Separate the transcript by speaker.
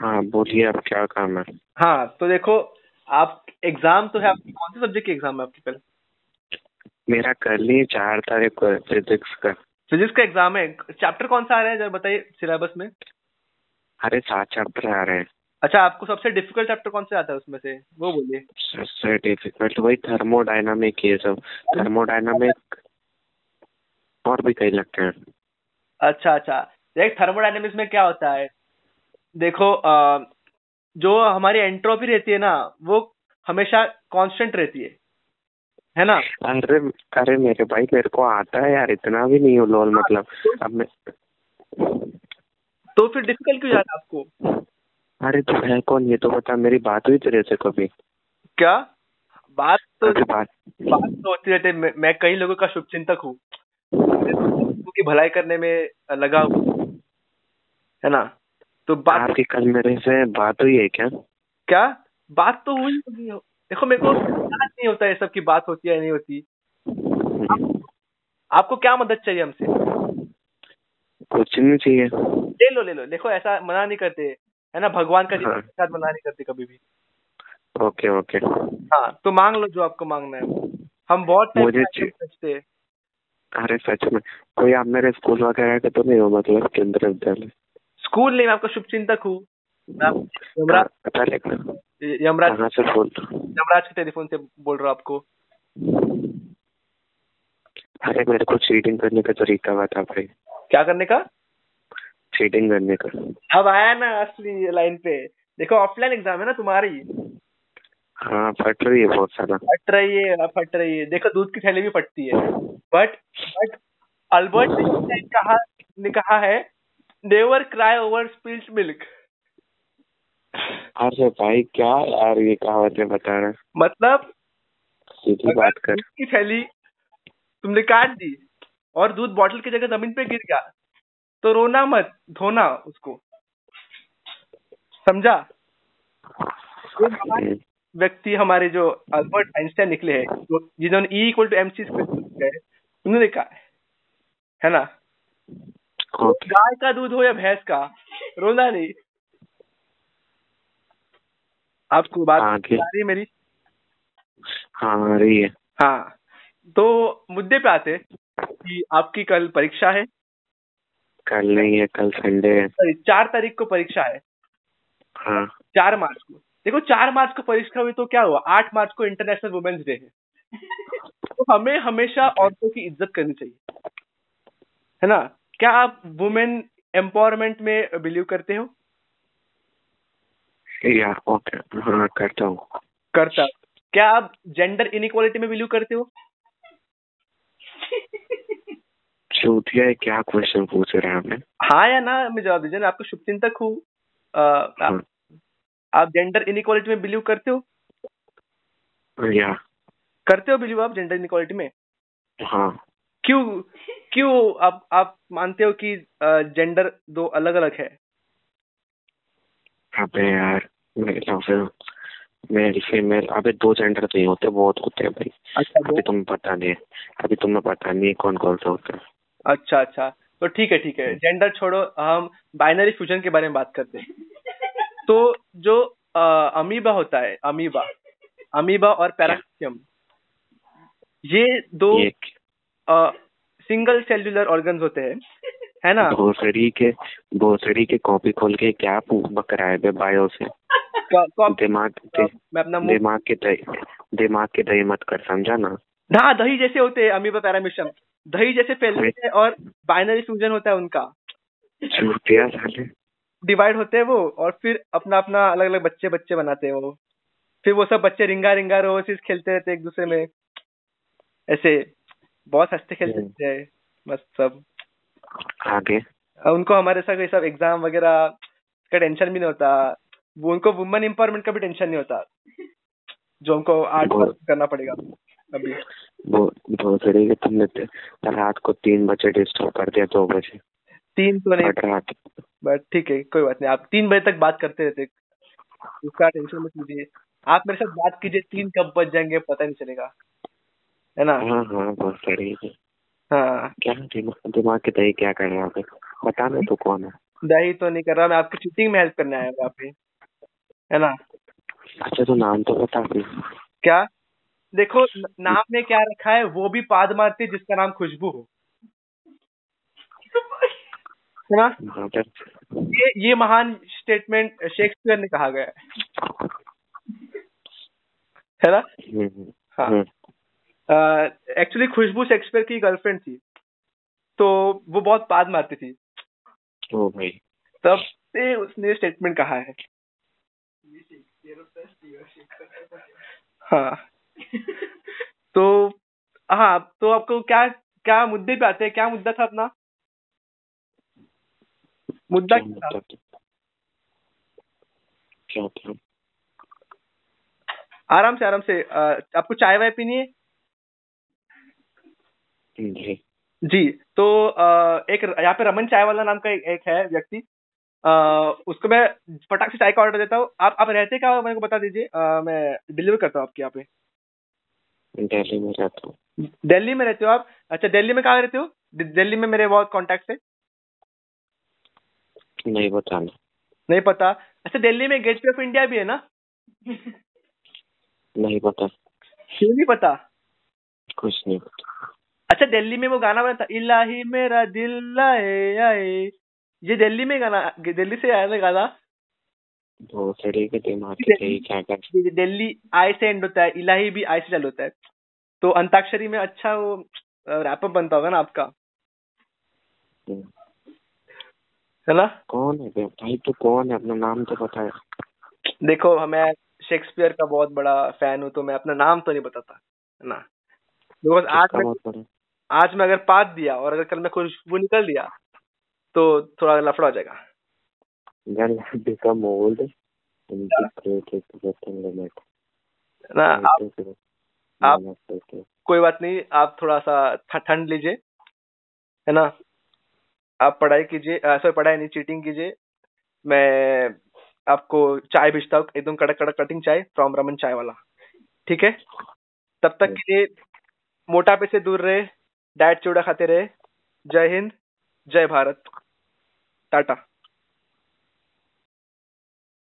Speaker 1: हाँ बोलिए अब क्या काम है
Speaker 2: हाँ तो देखो आप एग्जाम तो है आपकी कौन से सब्जेक्ट की एग्जाम है आपकी पहले
Speaker 1: मेरा कल ही चार तारीख को है फिजिक्स का
Speaker 2: फिजिक्स का एग्जाम है चैप्टर कौन सा आ रहा है जरा बताइए सिलेबस में
Speaker 1: अरे सात चैप्टर आ रहे हैं
Speaker 2: अच्छा आपको सबसे डिफिकल्ट चैप्टर कौन सा आता है उसमें से वो बोलिए
Speaker 1: सबसे डिफिकल्ट वही थर्मोडायनामिक ये सब थर्मोडायनामिक और भी कई लगते हैं
Speaker 2: अच्छा अच्छा देख थर्मोडायनेमिक्स में क्या होता है देखो अ, जो हमारी एंट्रोपी रहती है ना वो हमेशा कांस्टेंट रहती है है ना
Speaker 1: अरे अरे मेरे भाई मेरे को आता है यार इतना भी नहीं हो लोल मतलब अब मैं
Speaker 2: तो फिर डिफिकल्ट क्यों जा रहा है आपको
Speaker 1: अरे तू है कौन ये तो बता मेरी बात हुई तेरे से कभी
Speaker 2: क्या बात तो
Speaker 1: अरे बात
Speaker 2: बात तो होती रहती है मैं- मैं कई लोगों का शुभचिंतक हूँ लोगों की भलाई करने में लगा हूँ है ना तो बात
Speaker 1: आपकी कल मेरे से बात हुई है क्या
Speaker 2: क्या बात तो हुई होगी। देखो मेरे को याद नहीं होता ये सब की बात होती है या नहीं होती आपको क्या मदद चाहिए हमसे
Speaker 1: कुछ नहीं चाहिए
Speaker 2: ले लो ले लो देखो ऐसा मना नहीं करते है ना भगवान का जीवन
Speaker 1: हाँ।
Speaker 2: के साथ मना नहीं करते कभी भी
Speaker 1: ओके ओके
Speaker 2: हाँ तो मांग लो जो आपको मांगना है हम बहुत टाइम
Speaker 1: मुझे
Speaker 2: से
Speaker 1: चाहिए।
Speaker 2: सोचते हैं
Speaker 1: अरे सच में कोई आप मेरे स्कूल वगैरह के तो नहीं हो मतलब केंद्रीय विद्यालय
Speaker 2: स्कूल नहीं मैं आपका शुभचिंतक हूँ मैं
Speaker 1: हाँ।
Speaker 2: आपको यमराज
Speaker 1: कहाँ- पता लगना
Speaker 2: यमराज
Speaker 1: कहाँ से बोल
Speaker 2: यमराज के टेलीफोन से बोल रहा हूँ आपको
Speaker 1: अरे मेरे को चीटिंग करने का तरीका बता भाई
Speaker 2: क्या करने का
Speaker 1: चीटिंग करने का
Speaker 2: अब आया ना असली लाइन पे देखो ऑफलाइन एग्जाम है ना तुम्हारी
Speaker 1: हाँ फट रही है बहुत सारा
Speaker 2: फट रही है फट रही है देखो दूध की थैली भी फटती है बट बट अल्बर्ट ने कहा ने कहा है never cry over spilled milk
Speaker 1: अरे भाई क्या यार ये कहावतें बता रहा है?
Speaker 2: मतलब
Speaker 1: सीधी बात कर
Speaker 2: दूध की थैली तुमने काट दी और दूध बॉटल की जगह जमीन पे गिर गया तो रोना मत धोना उसको समझा ये हमारे
Speaker 1: हम्म,
Speaker 2: व्यक्ति हमारे जो अल्बर्ट आइंस्टाइन निकले हैं जो जिन्होंने E E equal to M C उन्होंने कहा है, है ना
Speaker 1: ओके
Speaker 2: गाय का दूध हो या भैंस का रोना नहीं आपको बात
Speaker 1: आगे।
Speaker 2: आ रही है मेरी
Speaker 1: हाँ आ रही है
Speaker 2: हाँ तो मुद्दे पे आते हैं कि आपकी कल परीक्षा है
Speaker 1: कल नहीं है कल संडे है
Speaker 2: सॉरी चार तारीख को परीक्षा है
Speaker 1: हाँ
Speaker 2: चार मार्च को देखो चार मार्च को परीक्षा हुई तो क्या हुआ आठ मार्च को इंटरनेशनल वुमेन्स डे है तो हमें हमेशा औरतों की इज्जत करनी चाहिए है ना क्या आप वुमेन एम्पावरमेंट में बिलीव करते हो
Speaker 1: या ओके हाँ करता हूँ
Speaker 2: करता क्या आप जेंडर इनिक्वालिटी में बिलीव करते हो
Speaker 1: चूतिया है, क्या क्वेश्चन पूछ रहे हैं आपने
Speaker 2: हाँ या ना मैं जवाब दीजिए मैं आपका शुभचिंतक हूँ अ, आप,
Speaker 1: हाँ,
Speaker 2: आप जेंडर इनिक्वालिटी में बिलीव करते हो
Speaker 1: या
Speaker 2: करते हो बिलीव आप जेंडर इनिक्वालिटी में
Speaker 1: हाँ
Speaker 2: क्यों क्यों आप आप मानते हो कि जेंडर दो अलग अलग है
Speaker 1: अबे हाँ, यार मेल और फिर मेल फीमेल अबे दो जेंडर नहीं होते बहुत होते हैं भाई
Speaker 2: अच्छा
Speaker 1: अभी तुम्हें पता नहीं है अभी तुम्हें पता नहीं है कौन कौन सा होता है
Speaker 2: अच्छा अच्छा तो ठीक है ठीक है जेंडर छोड़ो हम बाइनरी फ्यूजन के बारे में बात करते हैं तो जो अमीबा होता है अमीबा अमीबा और पैराक्सियम ये दो
Speaker 1: ये
Speaker 2: सिंगल सेल्युलर ऑर्गन्स होते हैं है ना
Speaker 1: भोसड़ी के भोसड़ी के कॉपी खोल के क्या बकराए बे बायो से
Speaker 2: कॉ- कॉ-
Speaker 1: दिमाग दे,
Speaker 2: मैं अपना मुंह
Speaker 1: दिमाग के दही दिमाग के दही मत कर समझा ना
Speaker 2: हाँ दही जैसे होते हैं अमीबा पैरामिशम दही जैसे फैलते हैं और बाइनरी फ्यूजन होता है उनका
Speaker 1: चूतिया साले
Speaker 2: डिवाइड होते हैं वो और फिर अपना अपना अलग अलग बच्चे बच्चे बनाते हैं वो फिर वो सब बच्चे रिंगा रिंगा रोसिस खेलते रहते हैं एक दूसरे में ऐसे बहुत हंसते खेलते
Speaker 1: हम्म।
Speaker 2: रहते हैं मस्त सब
Speaker 1: आगे
Speaker 2: और उनको हमारे साथ ये सब एग्जाम वगैरह का टेंशन भी नहीं होता वो उनको वुमेन एम्पावरमेंट का भी टेंशन नहीं होता जो हमको आर्ट
Speaker 1: बहुत।
Speaker 2: करना पड़ेगा अभी
Speaker 1: वो भोसड़ी के तुमने ते- रात को तीन बजे डिस्टर्ब कर दिया दो बजे
Speaker 2: तीन तो नहीं
Speaker 1: बट रात
Speaker 2: बट ठीक है कोई बात नहीं आप तीन बजे तक बात करते रहते उसका टेंशन मत लीजिए आप मेरे साथ बात कीजिए तीन कब बज जाएंगे पता नहीं चलेगा है ना
Speaker 1: हाँ हाँ भोसड़ी के
Speaker 2: हाँ
Speaker 1: क्या दिमाग दिमाग के दही क्या कर रहा है बता ना तू कौन है
Speaker 2: दही तो नहीं कर रहा मैं आपकी चीटिंग में हेल्प करने आया हूँ आपकी है ना
Speaker 1: अच्छा तो नाम तो बता दो
Speaker 2: क्या देखो न- नाम में क्या रखा है वो भी पाद मारती है जिसका नाम खुशबू हो है ना
Speaker 1: हाँ पर
Speaker 2: ये ये महान स्टेटमेंट शेक्सपियर ने कहा गया है है ना
Speaker 1: हम्म, हम्म,
Speaker 2: हाँ
Speaker 1: हम्म,
Speaker 2: एक्चुअली खुशबू शेक्सपियर की गर्लफ्रेंड थी तो वो बहुत पाद मारती थी
Speaker 1: ओ भाई
Speaker 2: तब से उसने स्टेटमेंट कहा है हाँ तो हाँ तो आपको क्या क्या मुद्दे पे आते हैं क्या मुद्दा था अपना मुद्दा
Speaker 1: क्या
Speaker 2: क्या था?
Speaker 1: मतलब था? क्या मतलब? था
Speaker 2: आराम से आराम से अ, आपको चाय वाय पीनी है
Speaker 1: नहीं
Speaker 2: जी तो अ, एक र- यहाँ पे रमन चाय वाला नाम का एक, एक है व्यक्ति अ, उसको मैं फटाक से चाय का ऑर्डर देता हूँ आप आप रहते क्या हो मेरे को बता दीजिए अ, मैं डिलीवर करता हूँ आपके यहाँ पे
Speaker 1: दिल्ली में रहता हूँ
Speaker 2: दिल्ली में रहते हो आप अच्छा दिल्ली में कहाँ रहते हो दि- दिल्ली में मेरे बहुत कॉन्टेक्ट है
Speaker 1: नहीं बताना
Speaker 2: नहीं पता अच्छा दिल्ली में गेटवे ऑफ इंडिया भी है ना
Speaker 1: नहीं पता
Speaker 2: क्यों नहीं पता
Speaker 1: कुछ नहीं पता
Speaker 2: अच्छा दिल्ली में वो गाना बना था इलाही मेरा दिल लाए आए ये दिल्ली में गाना दिल्ली से आया ना गाना
Speaker 1: भोसड़ी के दिमाग के थे क्या कर
Speaker 2: ये दिल्ली आई से एंड होता है इलाही भी आई से चालू होता है तो अंताक्षरी में अच्छा वो रैपअप बनता होगा ना आपका
Speaker 1: हम्म,
Speaker 2: है ना
Speaker 1: कौन है बे? भाई तू कौन है अपना नाम तो बताया
Speaker 2: देखो मैं शेक्सपियर का बहुत बड़ा फैन हूँ तो मैं अपना नाम तो नहीं बताता है ना बिकॉज आज
Speaker 1: किसका
Speaker 2: मैं
Speaker 1: बहुत बड़ा
Speaker 2: आज मैं अगर पात दिया और अगर कल मैं खुशबू निकल दिया तो थोड़ा लफड़ा हो जाएगा
Speaker 1: Then become old and be created with limit.
Speaker 2: है ना
Speaker 1: हम्म।
Speaker 2: आप आप- कोई बात नहीं आप थोड़ा सा ठ- ठंड लीजिए है ना आप पढ़ाई कीजिए सॉरी पढ़ाई नहीं चीटिंग कीजिए मैं आपको चाय भेजता हूँ एकदम कड़क कड़क कटिंग चाय फ्रॉम रमन चाय वाला ठीक है तब तक के लिए मोटापे से दूर रहे डाइट चूड़ा खाते रहे जय हिंद जय भारत टाटा